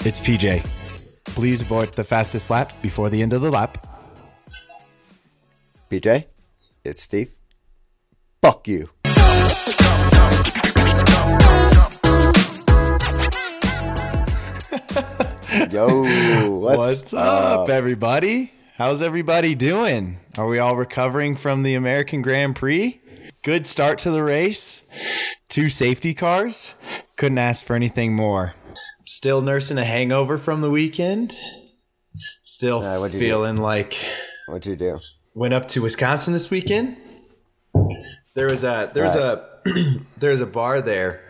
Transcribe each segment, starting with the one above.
It's PJ. Please abort the fastest lap before the end of the lap. PJ, it's Steve. Fuck you. Yo, what's, What's up, everybody? How's everybody doing? Are we all recovering from the American Grand Prix? Good start to the race. Two safety cars. Couldn't ask for anything more. Still nursing a hangover from the weekend. Still Uh, what'd you do? feeling like What'd you do? went up to Wisconsin this weekend. There was a there's a there's a bar there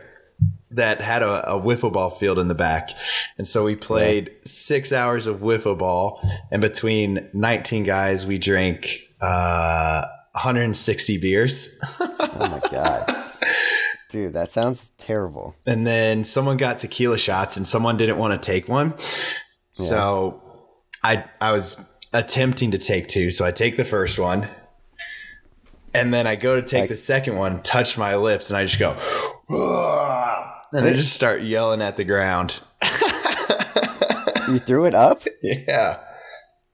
that had a, a wiffle ball field in the back, and so we played six hours of wiffle ball, and between 19 guys, we drank uh, 160 beers, Oh my god, dude, that sounds terrible. and then someone got tequila shots, and someone didn't want to take one, so I I was attempting to take two, so I take the first one, and then I go to take the second one, touch my lips, and I just go, "Ah," and I just start yelling at the ground. You threw it up? Yeah.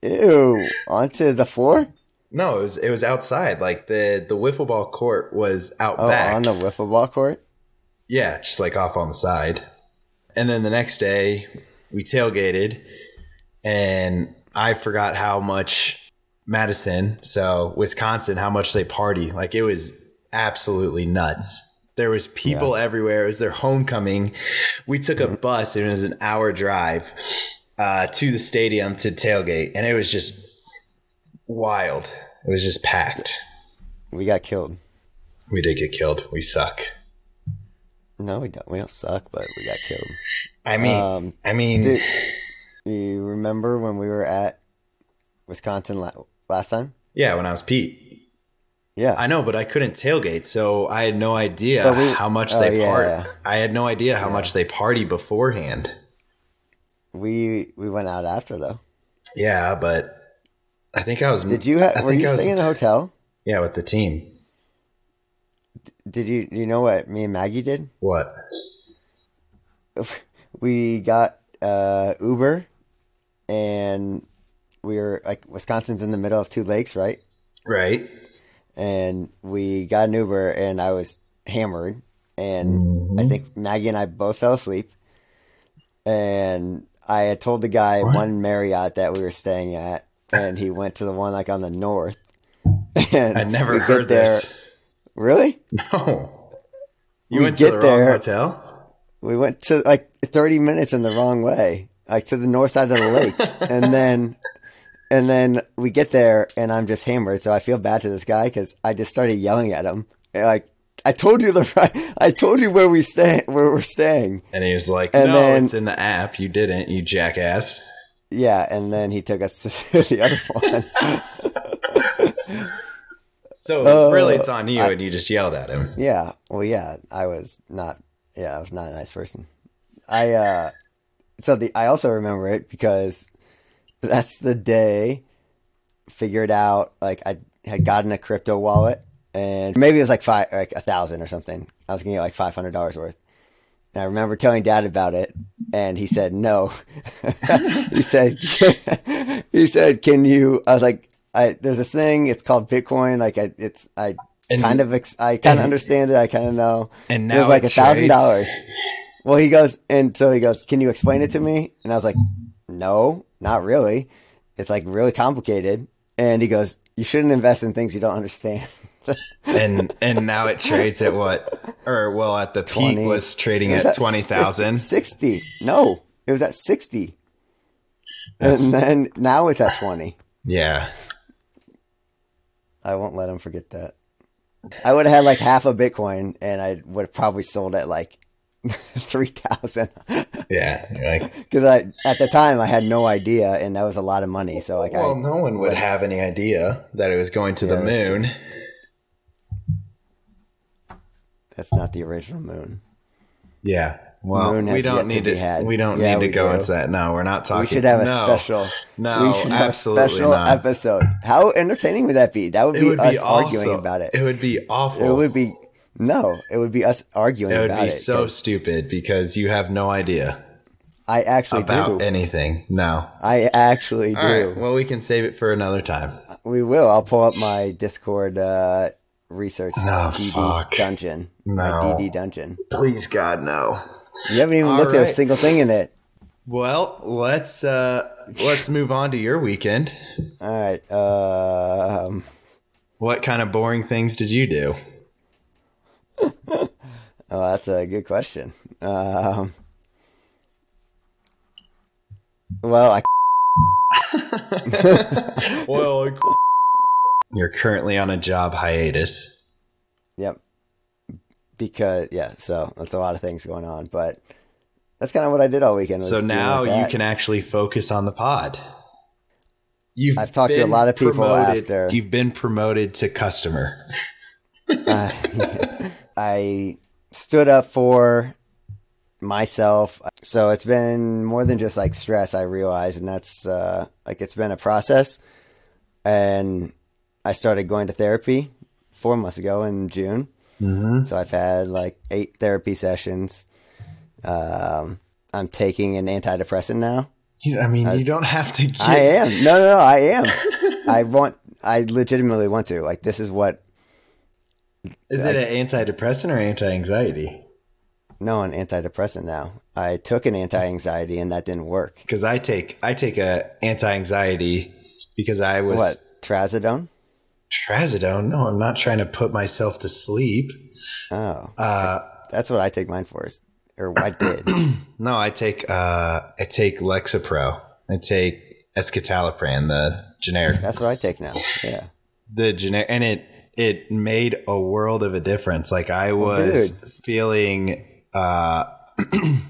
Ew, onto the floor? No, it was it was outside. Like the the wiffle ball court was out Oh, back. on the wiffle ball court? Yeah, just like off on the side. And then the next day, we tailgated, and I forgot how much Madison, so Wisconsin, how much they party. Like it was absolutely nuts. There was people everywhere. It was their homecoming. We took Mm-hmm. a bus. It was an hour drive uh, to the stadium to tailgate, and it was just wild. It was just packed. We got killed. We did get killed. We suck. No, we don't. We don't suck, but we got killed. I mean, Um, I mean, dude. You remember when we were at Wisconsin la- last time? yeah. When I was Pete, Yeah. I know, but I couldn't tailgate, so I had no idea But we- how much oh, they yeah, part. yeah. I had no idea how much they party beforehand. we we went out after though. Yeah, but I think I was. Did you ha- I were think you I was- staying in the hotel? Yeah, with the team. Did you you know what me and Maggie did? What? We got uh Uber and we were like Wisconsin's in the middle of two lakes, right? Right. And we got an Uber and I was hammered and I Mm-hmm. think Maggie and I both fell asleep. And I had told the guy one Marriott that we were staying at and he went to the one like on the north. And I we never get heard there- this. Really? No. You We went to the get wrong there. hotel. we went to like 30 minutes in the wrong way like to the north side of the lakes and then and then we get there and i'm just hammered so i feel bad to this guy because i just started yelling at him And, like i told you the right i told you where we stay where we're staying And he was like, "No, And then- it's in the app. You didn't, you jackass." yeah and then he took us to the other one Oh. So really, it's on you, and you just yelled at him. yeah well yeah i was not yeah i was not a nice person i uh so the i also remember it because that's the day figured out like i had gotten a crypto wallet and maybe it was like five like a thousand or something i was gonna get like five hundred dollars worth and i remember telling dad about it and he said no he said he said can you i was like I, there's a thing it's called bitcoin like I, it's i And- kind of ex- i kind of understand it i kind of know And it was now like a it thousand trades. dollars. Well, he goes, and so he goes, "Can you explain it to me?" And I was like, "No, not really. It's like really complicated." And he goes, "You shouldn't invest in things you don't understand." and and now it trades at what or well at the peak 20. was trading It was at at twenty thousand. sixty? No, it was at sixty, and then now it's at twenty. Yeah. I won't let him forget that. I would have had like half a Bitcoin, and I would have probably sold at like three thousand. Yeah. You're like Because I at the time I had no idea, and that was a lot of money. So like, Well, no one would have any idea that it was going to the Yeah, that's moon. I, that's not the original moon. Yeah. Well, Moon we has yet don't to need be to. had. We don't Yeah, need to we go do. into that. No, we're not talking. We should have a no. special. No, we should have a absolutely special not. episode. How entertaining would that be? That would It be would us be arguing also- about it. It would be awful. It would be no. It would be us arguing It would about be it. so stupid because you have no idea. I actually about do. anything. No. I actually do. All right. Well, we can save it for another time. We will. I'll pull up my Discord uh, research No, DD fuck. dungeon. My No. DD dungeon. Please, God, no. You haven't even All looked at a right. single thing in it. Well, let's uh let's move on to your weekend. All right. Um, What kind of boring things did you do? oh, that's a good question. Um, well, I, Well, you're currently on a job hiatus. yep. Because yeah, so that's a lot of things going on, but that's kind of what I did all weekend. was So dealing now with you that. can actually focus on the pod. You've I've talked to a been lot of people promoted- after. You've been promoted to customer. I- I stood up for myself. So it's been more than just like stress, I realize. And that's uh, like it's been a process. And I started going to therapy four months ago in June. Mm-hmm. So I've had like eight therapy sessions. Um, I'm taking an antidepressant now. You, I mean, you don't have to. Get, I am. No, no, no, I am. I want, I legitimately want to. Like, this is what, is it an antidepressant or anti-anxiety? no, an antidepressant now. I took an anti anxiety and that didn't work. Because I take I take a anti-anxiety because I was What? Trazodone? trazodone. No, I'm not trying to put myself to sleep. Oh, Uh, that's what I take mine for. Is, or I did. no, I take uh, I take Lexapro. I take escitalopram, the generic, That's what I take now. Yeah. the generic, and it it made a world of a difference. Like I was feeling, uh, I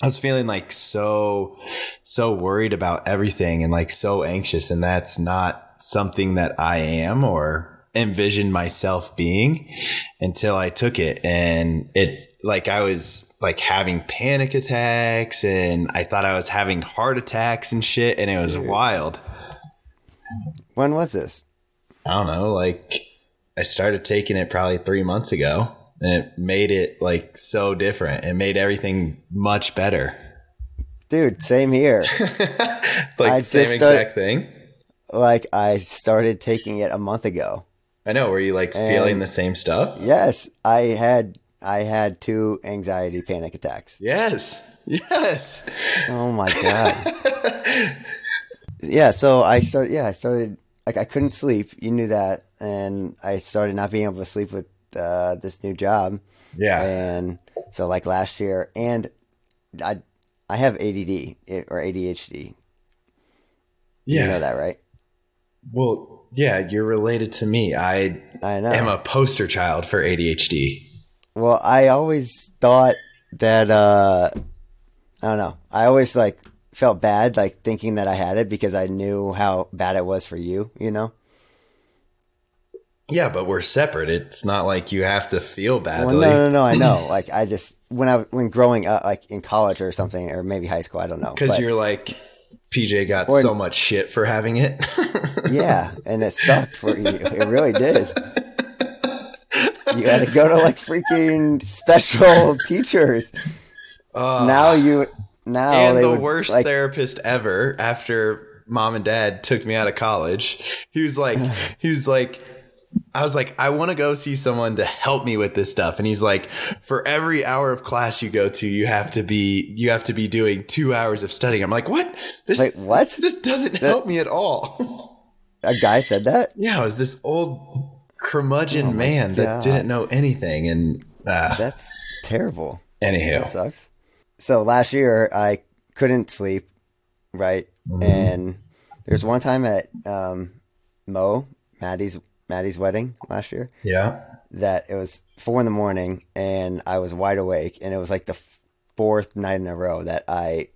was feeling like so so worried about everything and like so anxious, and that's not something that I am or envisioned myself being until I took it, and it like I was like having panic attacks, and I thought I was having heart attacks and shit, and it was wild. When was this? I don't know, like I started taking it probably three months ago and it made it like so different. It made everything much better. Dude, same here. Like I same just exact start- thing. like, I started taking it a month ago. I know. Were you like feeling the same stuff? Yes, I had. I had two anxiety panic attacks. Yes. Yes. Oh my god. yeah, so I started yeah, I started like I couldn't sleep. You knew that and I started not being able to sleep with uh, this new job. Yeah. and so like last year and i i have add eh, or adhd yeah. you know that right Well, yeah, you're related to me. I i know am a poster child for ADHD. well i always thought that uh i don't know i always like felt bad like thinking that i had it because i knew how bad it was for you you know Yeah, but we're separate. It's not like you have to feel well, badly. no no no i know like i just when i when growing up like in college or something or maybe high school i don't know Because but- you're like, PJ got Or- so much shit for having it. Yeah, and it sucked for you. It really did. You had to go to like freaking special teachers. Oh. Now you now and they the would, worst like therapist ever after mom and dad took me out of college he was like he was like i was like i want to go see someone to help me with this stuff and he's like for every hour of class you go to you have to be you have to be doing two hours of studying i'm like what this Wait, what? this doesn't help me at all a guy said that. yeah it was this old curmudgeon man Oh God. that didn't know anything and uh, That's terrible. anywho That sucks. So last year I couldn't sleep, right? And there's one time at um, Mo Maddie's Maddie's wedding last year. yeah that it was four in the morning and I was wide awake and it was like the f- fourth night in a row that I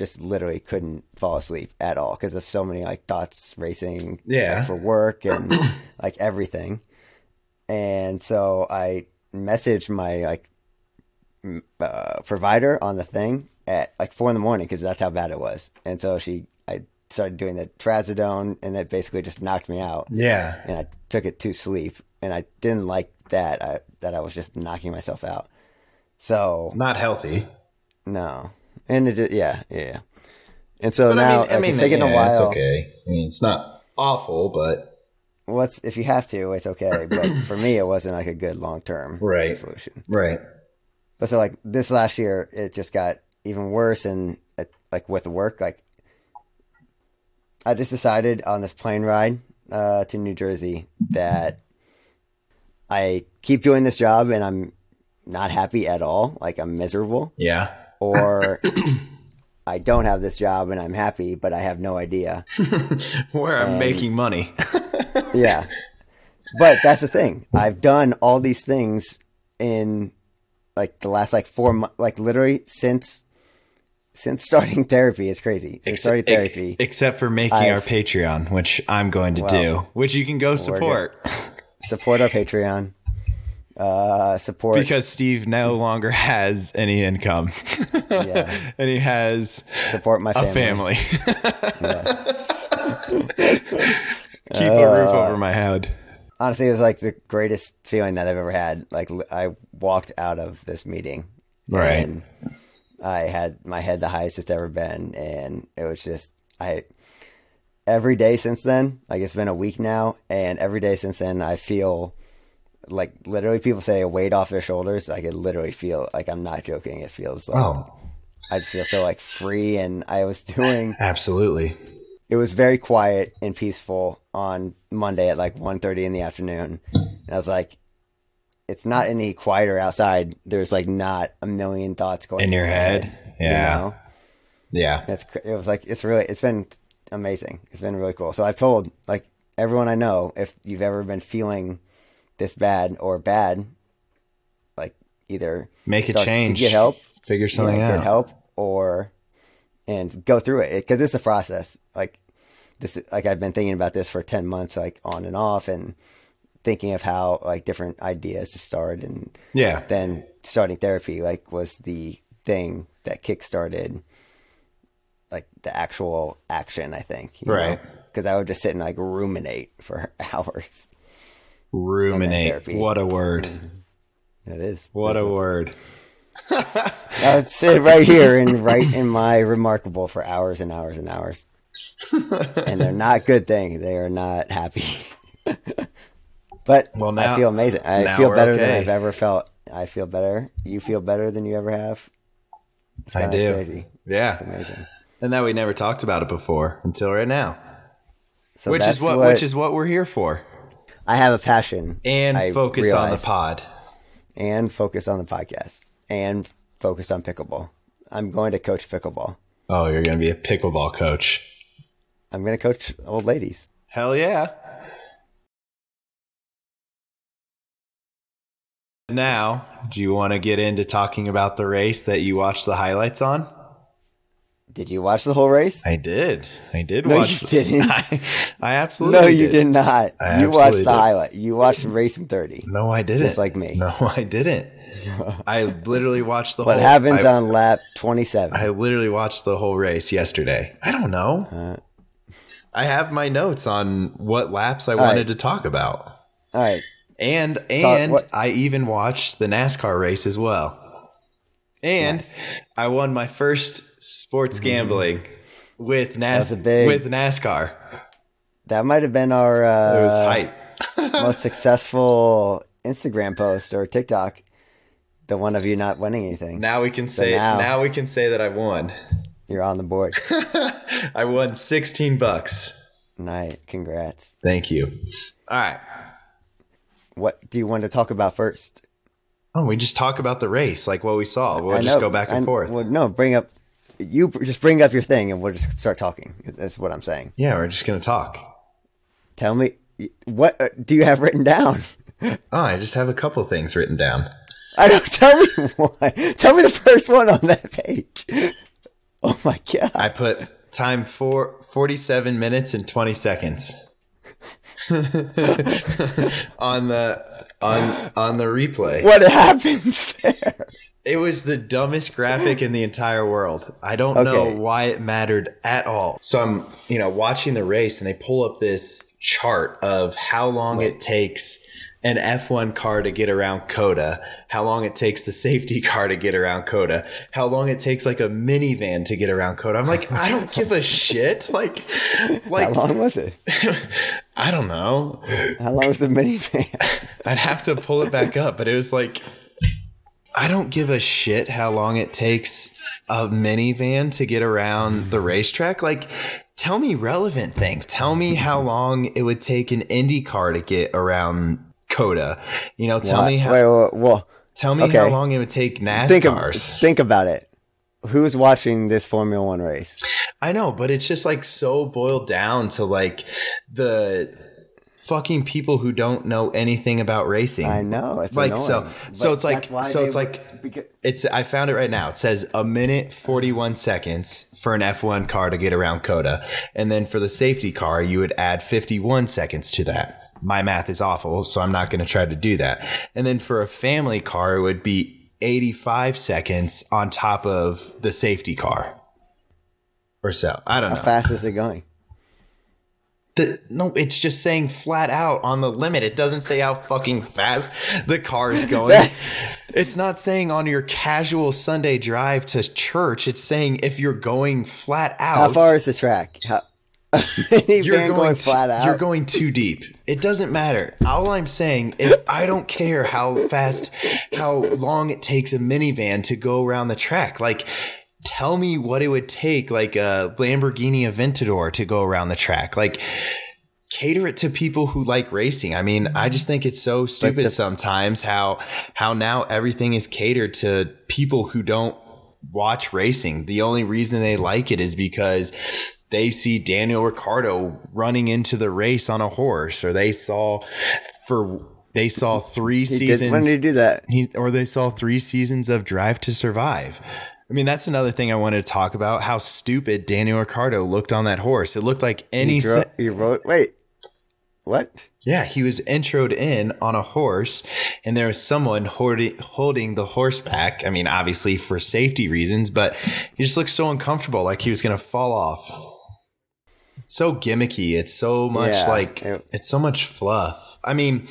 just literally couldn't fall asleep at all because of so many like thoughts racing Yeah. like, for work and like everything. And so I messaged my like m- uh, provider on the thing at like four in the morning because that's how bad it was. And so she, I started doing the trazodone and that basically just knocked me out yeah and I took it to sleep, and I didn't like that. I that I was just knocking myself out. So not healthy no, and it just, yeah, yeah, yeah. And so But now I mean, I like, mean, it's taken yeah, a while. It's okay. I mean, it's not awful, but What's if you have to, it's okay. But for me, it wasn't like a good long term Right. solution. right. But so like this last year, it just got even worse, and uh, like with work, like I just decided on this plane ride uh, to New Jersey that I keep doing this job and I'm not happy at all. Like I'm miserable, Yeah. or I don't have this job and I'm happy, but I have no idea. Where Um, I'm making money. yeah. But that's the thing. I've done all these things in like the last like four months, like literally since since starting therapy. It's crazy. Since Ex- starting ex- therapy, except for making our I've- Patreon, which I'm going to do, which you can go support support our Patreon. Uh, support. because Steve no longer has any income, yeah, and he has support my a family. family. Keep a roof Uh, over my head. Honestly, it was like the greatest feeling that I've ever had. Like li- I walked out of this meeting, Right. And I had my head the highest it's ever been, and it was just I. Every day since then, like it's been a week now, and every day since then, I feel like literally people say a weight off their shoulders. I could literally feel like I'm not joking. It feels like Oh, I just feel so like free, and I was doing absolutely. it was very quiet and peaceful on Monday at like 1.30 in the afternoon. And I was like, it's not any quieter outside. There's like not a million thoughts going In through your my head. you Yeah. know? Yeah. That's cr- it was like it's really it's been amazing. It's been really cool. So I've told like everyone I know if you've ever been feeling this bad or bad, like either Make a start change. to get help Figure something yeah, out. get help or and go through it because it's a process like this is- like i've been thinking about this for 10 months like on and off and thinking of how like different ideas to start and Yeah. then starting therapy like was the thing that kick-started like the actual action i think Right. because i would just sit and like ruminate for hours Ruminate. therapy. What a word. it is What a word. i would sit right here and write in my remarkable for hours and hours and hours and they're not good things they are not happy but Well, i now- feel amazing i now feel we're better than okay. i've ever felt i feel better you feel better than you ever have It's I kinda do. crazy Yeah. amazing And that we never talked about it before until right now. so which that's is what, which is what we're here for. i have a passion And I focus on the realize. pod. and focus on the podcast and focus on pickleball i'm going to coach pickleball Oh, you're going to be a pickleball coach. i'm going to coach old ladies Hell yeah. Now, do you want to get into talking about the race that you watched the highlights on? did you watch the whole race I did. I did No, watch you the- didn't. I, I absolutely No, you did. did not. I you watched absolutely the did. highlight. You watched Racing 30. No, I didn't. Just like me. No, I didn't. I literally watched the What whole happens I, on lap 27? I literally watched the whole race yesterday. I don't know. I have my notes on what laps I wanted Uh. right. to talk about. All right. And talk- and what- I even watched the NASCAR race as well. And I won my first sports gambling with Mm-hmm. was NAS- a big- with NASCAR. That might have been our It was uh, hype. most successful Instagram post or TikTok. The one of you not winning anything. Now we can say now- now we can say that I won. You're on the board. I won 16 bucks. Night. Congrats. Thank you. All right. What do you want to talk about first? Oh, we just talk about the race, like what we saw. We'll just go back and I- forth. Well, no, bring up. You br- just bring up your thing and we'll just start talking. That's what I'm saying. yeah, we're just gonna talk. Tell me, what uh, do you have written down? Oh, I just have a couple things written down. I don't tell me one. Tell me the first one on that page. Oh my god. I put time for 47 minutes and 20 seconds on the on on the replay. What happens there? It was the dumbest graphic in the entire world. I don't know Okay. why it mattered at all. So I'm, you know, watching the race and they pull up this chart of how long it takes an F1 car to get around Coda, how long it takes the safety car to get around Coda, how long it takes like a minivan to get around Coda. I'm like, I don't give a shit. Like, How like long was it? I don't know. How long was the minivan? I'd have to pull it back up, but it was like I don't give a shit how long it takes a minivan to get around the racetrack. Like tell me relevant things. Tell me how long it would take an Indy car to get around Coda. You know, tell me how Wait, wait, wait, well, tell me how okay. long it would take think, of- NASCARs. think about it. Who's watching this Formula One race? I know, but it's just like so boiled down to like the fucking people who don't know anything about racing. I know. It's Like, annoying, so- so but it's like- that's why so they- it's like- because- It's I found it right now. It says a minute 41 seconds for an F1 car to get around Coda. And then for the safety car, you would add 51 seconds to that. My math is awful, so I'm not going to try to do that. And then for a family car, it would be 85 seconds on top of the safety car. Or so. I don't how know. fast is it going? The, no, it's just saying flat out on the limit. It doesn't say how fucking fast the car is going. it's not saying on your casual Sunday drive to church. It's saying if you're going flat out, How far is the track? How, minivan you're going, t- flat out. You're going too deep. It doesn't matter. All I'm saying is I don't care how fast, how long it takes a minivan to go around the track. Like, tell me what it would take, like a Lamborghini Aventador to go around the track. Like, cater it to people who like racing. I mean, I just think it's so stupid sometimes how how now everything is catered to people who don't watch racing. The only reason they like it is because they see Daniel Ricciardo running into the race on a horse, or they saw for they saw three He seasons did, when did you do that? he or they saw three seasons of Drive to Survive. I mean, that's another thing I wanted to talk about. How stupid Daniel Ricardo looked on that horse. It looked like any. He, dro- se- he wrote. Wait, what? yeah, he was introed in on a horse, and there was someone holding holding the horse back. I mean, obviously for safety reasons, but he just looked so uncomfortable, like he was going to fall off. It's so gimmicky. It's so much Yeah, like it- it's so much fluff. I mean,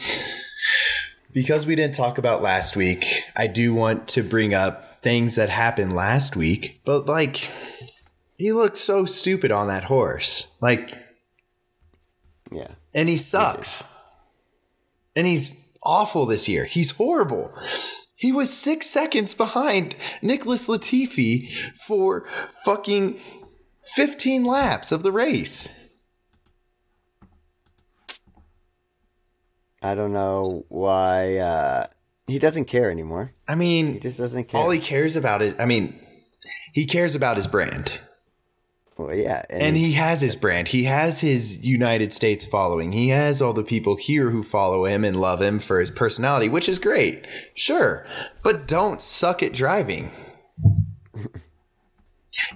because we didn't talk about last week, I do want to bring up things that happened last week. But like, he looked so stupid on that horse. Like Yeah. and he sucks. And he's awful this year. He's horrible. He was six seconds behind Nicholas Latifi for fucking 15 laps of the race. I don't know why uh, he doesn't care anymore. I He mean, just doesn't care. all he cares about is, I mean, he cares about his brand. well, yeah, and, And he, he has his brand. He has his United States following. He has all the people here who follow him and love him for his personality, which is great. Sure. But don't suck at driving.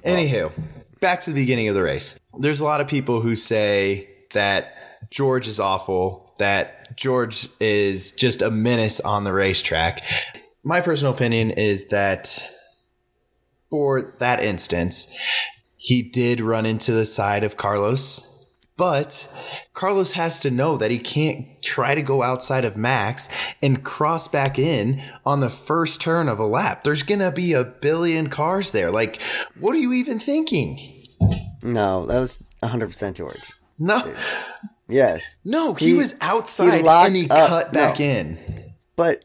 Anywho, back to the beginning of the race. There's a lot of people who say that George is awful, that George is just a menace on the racetrack. My personal opinion is that for that instance, he did run into the side of Carlos. But Carlos has to know that he can't try to go outside of Max and cross back in on the first turn of a lap. There's going to be a billion cars there. Like, what are you even thinking? no, that was 100 percent George. No, Yes, no, he, He- was outside locked and he up. cut back No. in. but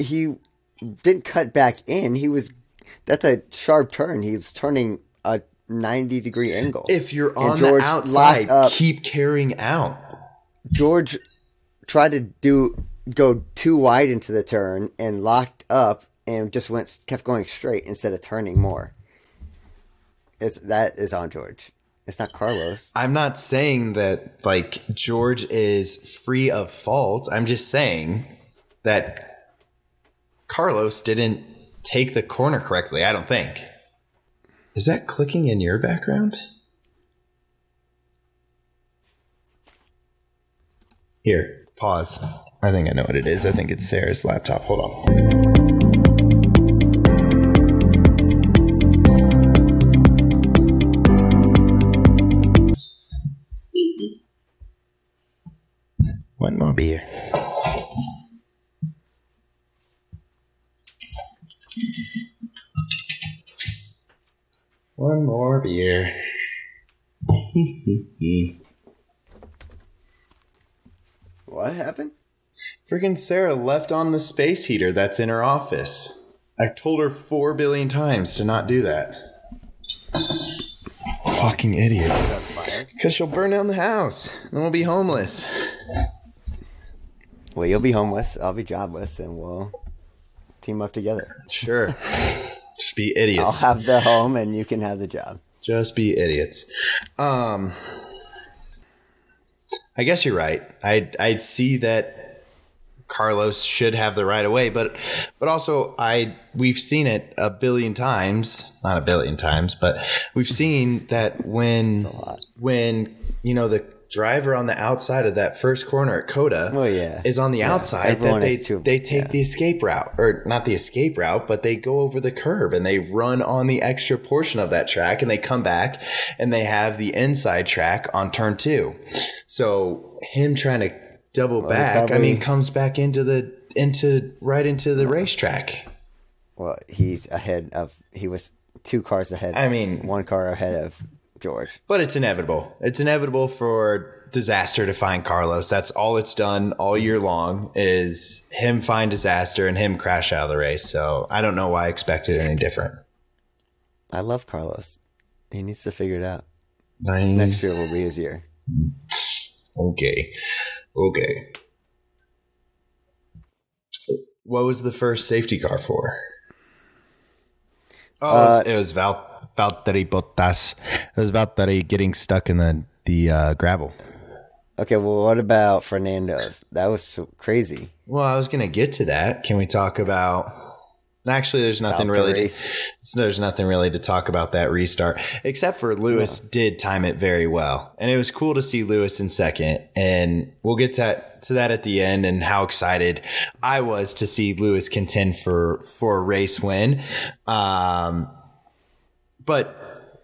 he didn't cut back in. He was. That's a sharp turn. He's turning a 90 degree angle. If you're And on George the locked outside, up. keep carrying out. George tried to do go too wide into the turn and locked up and just went kept going straight instead of turning more. It's that is on George. It's not Carlos. I'm not saying that like George is free of fault. I'm just saying that Carlos didn't take the corner correctly. I don't think. Is that clicking in your background? Here, pause. I think I know what it is. I think it's Sarah's laptop. Hold on. want more beer. One more beer. What happened? Freaking Sarah left on the space heater that's in her office. I told her four billion times to not do that. Fucking idiot. Got fired. Because she'll burn down the house. and Then we'll be homeless. Well, you'll be homeless. I'll be jobless, and we'll team up together. Sure. Just be I'll idiots. have the home, and you can have the job. Just be idiots. Um, I guess you're right. I I see that Carlos should have the right of way, but but also I we've seen it a billion times, not a billion times, but we've seen that when when you know the driver on the outside of that first corner at Coda Oh, yeah. is on the outside that everyone they is too- they take the escape route or not the escape route but they go over the curb and they run on the extra portion of that track and they come back and they have the inside track on turn 2 so him trying to double back i probably- mean comes back into the into right into the racetrack Well, he's ahead of. He was two cars ahead. I mean- one car ahead of George. But it's inevitable. It's inevitable for disaster to find Carlos. That's all it's done all year long is him find disaster and him crash out of the race. So I don't know why I expected any different. I love Carlos. He needs to figure it out. Nice. Next year will be his year. Okay. Okay. What was the first safety car for? Oh, it was, it was Val, Valtteri Bottas. It was Valtteri getting stuck in the the uh, gravel. Okay, well, what about Fernando's? That was so crazy. Well, I was going to get to that. Can we talk about? Actually, there's nothing About the really. To, race. it's- there's nothing really to talk about that restart, except for Lewis did time it very well, and it was cool to see Lewis in second. And we'll get to that, to that at the end, and how excited I was to see Lewis contend for for a race win. Um, but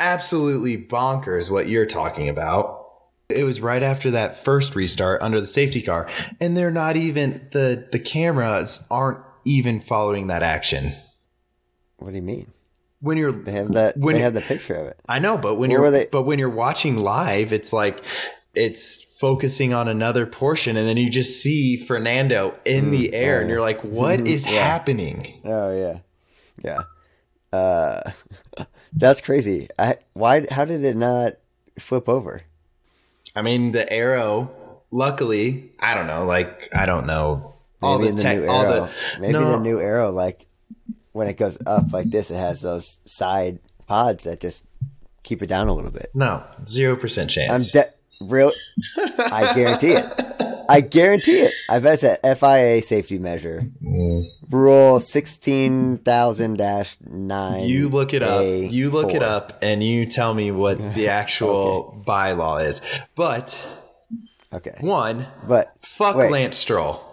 absolutely bonkers what you're talking about. It was right after that first restart under the safety car, and they're not even the the cameras aren't even following that action. What do you mean? When you're They have that. When- they have the picture of it. I know, but when Where you're were they- but when you're watching live, it's like it's focusing on another portion and then you just see Fernando Mm, in the air and you're like what is happening? Oh yeah, yeah. Uh, that's crazy. I why? How did it not flip over? I mean, the arrow. Luckily, I don't know. Like, I don't know all Maybe the, in tech. new all arrow. the maybe no, the new arrow like when it goes up like this, it has those side pods that just keep it down a little bit. no zero percent I'm chance. de- real. I guarantee it. I guarantee it. I bet it's a FIA safety measure. Mm-hmm. Rule sixteen thousand dash nine. you look it up. A You look it four. up, and you tell me what the actual bylaw is. But Okay, one, but fuck Wait. Lance Stroll.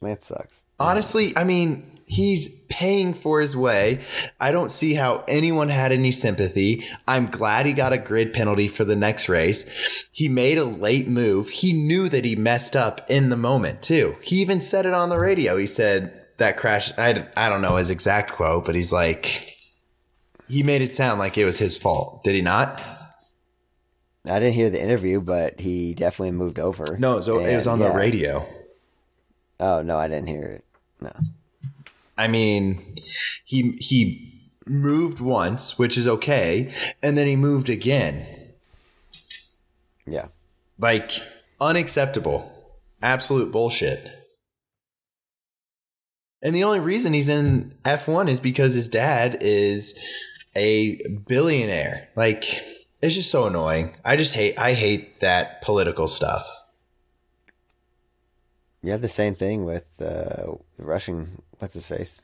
Lance sucks. Honestly, I mean. He's paying for his way. I don't see how anyone had any sympathy. I'm glad he got a grid penalty for the next race. He made a late move. He knew that he messed up in the moment, too. He even said it on the radio. He said that crash, I, I don't know his exact quote, but he's like, he made it sound like it was his fault. Did he not? I didn't hear the interview, but he definitely moved over. No, so it was And, on yeah. the radio. Oh no, I didn't hear it. No. I mean, he he moved once, which is okay, and then he moved again. Yeah. Like unacceptable. Absolute bullshit. And the only reason he's in F1 is because his dad is a billionaire. Like it's just so annoying. I just hate I hate that political stuff. You had the same thing with uh, the Russian. What's his face?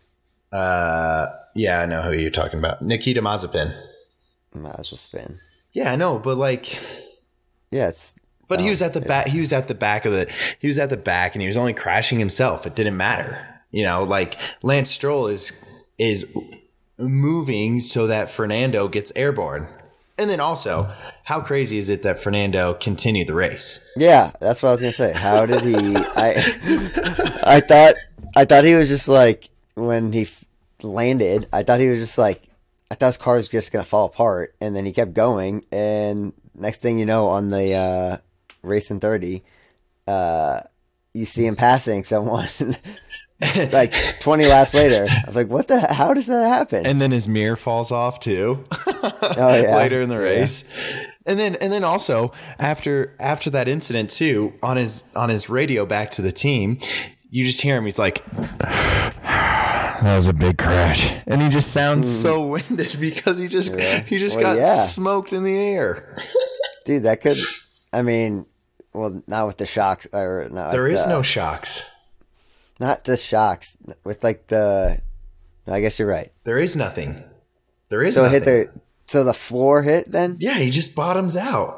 Uh yeah, I know who you're talking about. Nikita Mazepin. Might as well spin. Yeah, I know, but like Yeah, it's But he Oh, was at the back. He was at the back of the. He was at the back, and he was only crashing himself. It didn't matter, you know. Like Lance Stroll is is moving so that Fernando gets airborne. And then also, how crazy is it that Fernando continued the race? Yeah, that's what I was gonna say. How did he? I I thought I thought he was just like when he f- landed. I thought he was just like I thought his car was just gonna fall apart, and then he kept going. And next thing you know, on the uh, race in thirty, uh, you see him passing someone. like 20 laps later i was like what the how does that happen And then his mirror falls off too. oh yeah later in the Yeah. race. And then and then also after after that incident too, on his on his radio back to the team, you just hear him, he's like That was a big crash. And he just sounds so winded because he just he just got Well, Mm. yeah. smoked in the air. dude that could i mean well not with the shocks or not There with is the- no shocks. not the shocks with like the no, i guess you're right There is nothing. There is so it nothing. hit the so the floor hit then yeah, he just bottoms out.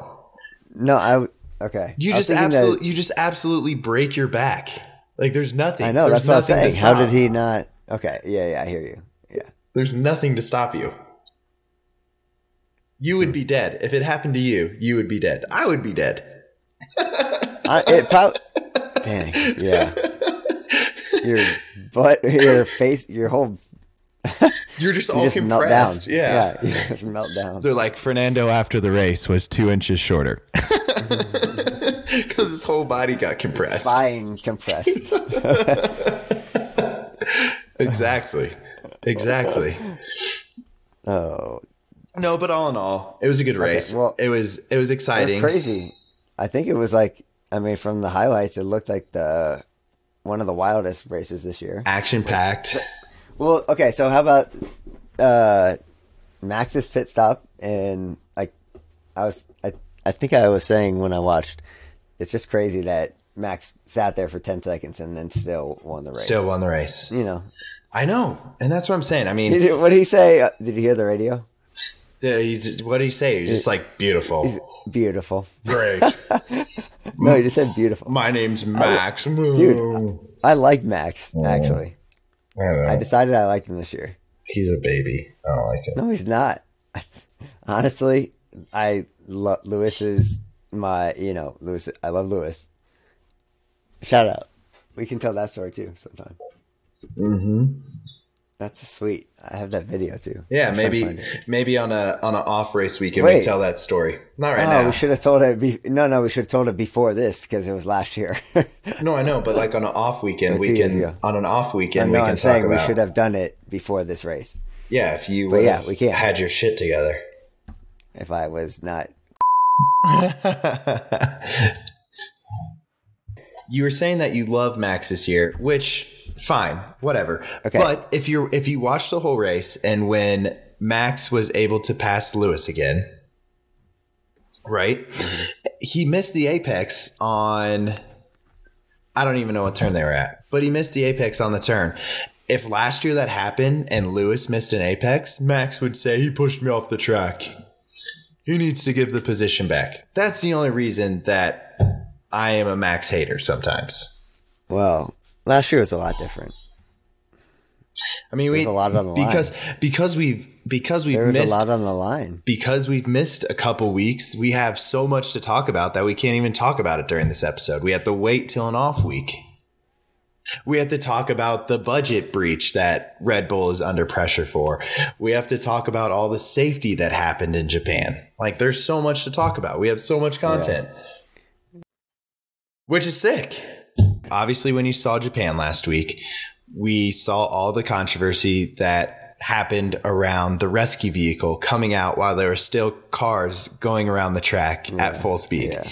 no i w- okay You I was just thinking that- absolutely you just absolutely break your back. Like there's nothing. i know There's that's what i was nothing to saying how did stop. he not okay yeah yeah i hear you yeah There's nothing to stop you. You Hmm. would be dead. If it happened to you, you would be dead. I would be dead. I, it probably dang yeah your butt your face your whole You're just you all just melt down compressed. Yeah. you just melt down They're like Fernando after the race was two inches shorter. Because his whole body got compressed. spine compressed Exactly. Exactly. oh No, but all in all, it was a good race. well, it was it was It exciting. was crazy. I think it was like I mean, from the highlights, it looked like the one of the wildest races this year. Action packed. Well, okay, so how about uh Max's pit stop and like I was I I think I was saying when I watched, it's just crazy that Max sat there for ten seconds and then still won the race. Still won the race. You know, I know. And that's what I'm saying. I mean, He did- what did he say? Uh, Did you hear the radio? the- he's, what did he say? He's just like, beautiful. Beautiful. Great. No, he just said beautiful. My name's Max. Dude, I like Max actually. I don't know. I decided I liked him this year. He's a baby. I don't like him. No, he's not. Honestly, I lo- Lewis is my you know Lewis. I love Lewis. Shout out. We can tell that story too sometime. Mm-hmm. That's sweet. I have that video too. Mm-hmm. Yeah, I'm trying to maybe find it. maybe on a on an off race weekend we Wait. tell that story. Not right Oh, now. we should have told it. Be- no, no, we should have told it before this because it was last year. no, No, I know, but like on an off weekend, Or we two years can ago. on an off weekend we can I'm talk saying about. we should have done it before this race yeah, if you would yeah, have we can't. had your shit together. if I was not. you were saying that you love Max this year, which fine, whatever. Okay. But if you're if you watch the whole race and when Max was able to pass Lewis again, right? He missed the apex on I don't even know what turn they were at, but he missed the apex on the turn. If last year that happened and Lewis missed an apex, Max would say he pushed me off the track. He needs to give the position back. That's the only reason that I am a Max hater sometimes. Well, last year was a lot different. I mean, we There's a lot on the line. because because we've because we've There was missed a lot on the line. because we've missed a couple weeks. We have so much to talk about that we can't even talk about it during this episode. We have to wait till an off week. We have to talk about the budget breach that Red Bull is under pressure for. We have to talk about all the safety that happened in Japan. Like, there's so much to talk about. We have so much content, which is sick. Obviously, when you saw Japan last week, we saw all the controversy that happened around the rescue vehicle coming out while there were still cars going around the track at full speed Yeah.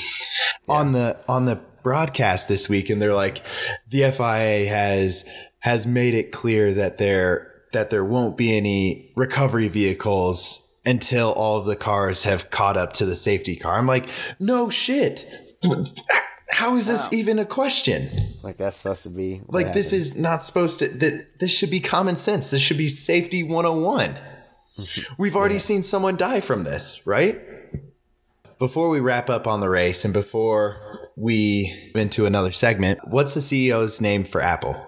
on the on the broadcast this week and they're like the FIA has has made it clear that there that there won't be any recovery vehicles until all of the cars have caught up to the safety car. I'm like, "No shit. How is this even a question? Like that's supposed to be what Like this happened. is not supposed to that this should be common sense. This should be safety 101. Mm-hmm. We've already seen someone die from this, right? Before we wrap up on the race and before we into another segment, what's the CEO's name for Apple?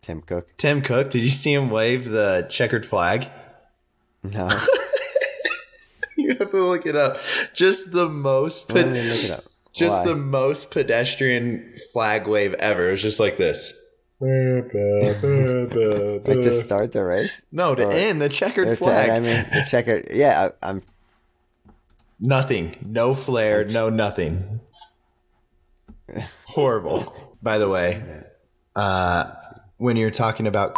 Tim Cook. Tim Cook, did you see him wave the checkered flag? No. you have to look it up. Just the most, Why pe- did I look it up? just Why? the most pedestrian flag wave ever. It was just like this. like to start the race. no, to or- end the checkered Or to- flag. I mean, the checker. Yeah, I, I'm. Nothing. No flare. No nothing. Horrible. By the way, uh, when you're talking about,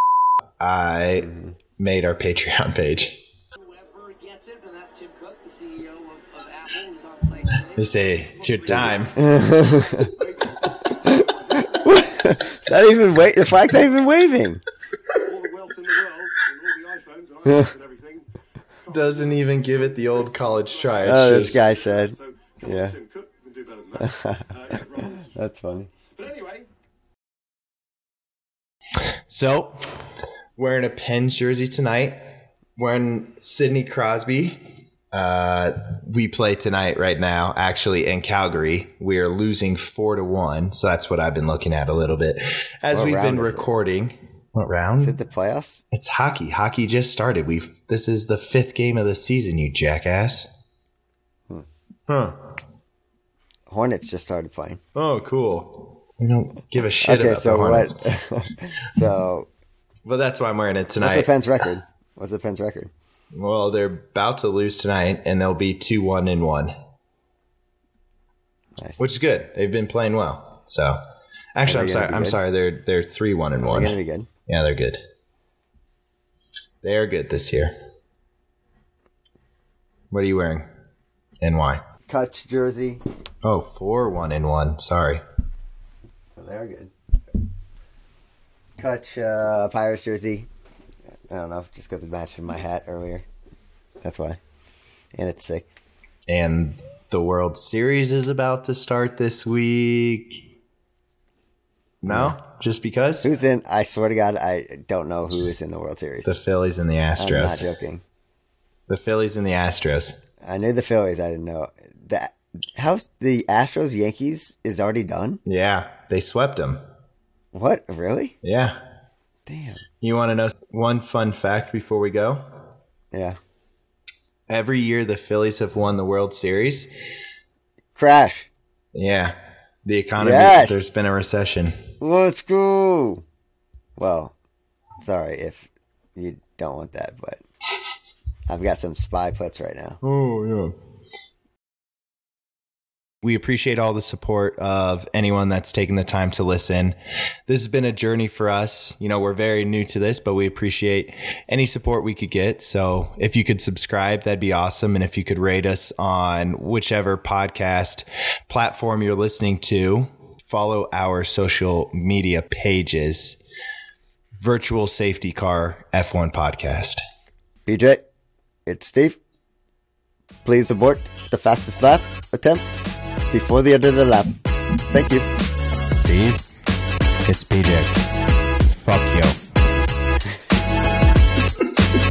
I Mm-hmm. made our Patreon page. Whoever gets it, and that's Tim Cook, the CEO of, of Apple, who's on site today. They say it's your time. It's not even wait. The flag's not even waving. all the wealth in the world and all the iPhones and iPads and everything. Doesn't even give it the old college try. It's Oh, just- this guy said. So come Yeah. on, Tim Cook we can do better than that. Uh, yeah, rather- That's funny. but anyway, So, wearing a Pens jersey tonight. Wearing Sidney Crosby. Uh, we play tonight right now, actually in Calgary. We are losing four to one, so that's what I've been looking at a little bit as What we've round been is it? recording. What Is it round? the playoffs? It's hockey. Hockey just started. We've this is the fifth game of the season. You jackass. Hmm. Huh. Hornets just started playing. Oh, cool. We don't give a shit okay, about so the what? Hornets, so but that's why I'm wearing it what's the tonight. Pens record? What's the Pens record? Well, they're about to lose tonight, and they'll be two one and one, Nice. which is good. They've been playing well. So, actually, Are I'm they gonna sorry. be I'm good? sorry. They're they're three one and They're one. gonna be good. yeah, they're good. They are good this year. What are you wearing, and why? Kutch jersey. Oh, four one and one. Sorry. So they're good. Kutch uh, Pirates jersey. I don't know, just because it matched my hat earlier. That's why. And it's sick. And the World Series is about to start this week. No, just because Who's in? I swear to God, I don't know who is in the World Series. the Phillies and the I'm not Astros. joking. The Phillies and the Astros. I knew the Phillies. I didn't know that. How's the Astros Yankees is already done? Yeah, they swept them. What really? Yeah. Damn. You want to know one fun fact before we go? Yeah. Every year the Phillies have won the World Series. Crash. Yeah. The economy, Yes. there's been a recession. Let's go. Well, sorry if you don't want that, but I've got some spy puts right now. Oh, yeah. We appreciate all the support of anyone that's taken the time to listen. This has been a journey for us. You know, we're very new to this, but we appreciate any support we could get. So if you could subscribe, that'd be awesome. And if you could rate us on whichever podcast platform you're listening to, follow our social media pages. Virtual Safety Car F1 Podcast. BJ, it's Steve. Please abort the fastest lap attempt before the end of the lap. Thank you. Steve, it's PJ. Fuck you.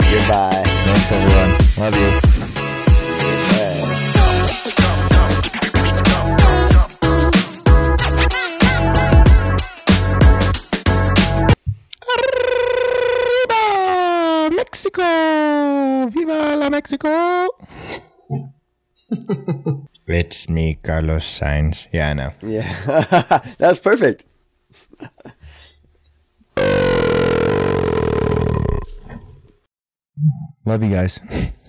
Goodbye. Thanks, everyone. Love you. Hey. Arriba, Mexico! Viva la Mexico! it's me, Carlos Sainz. Yeah, I know. Yeah, that's perfect. Love you guys.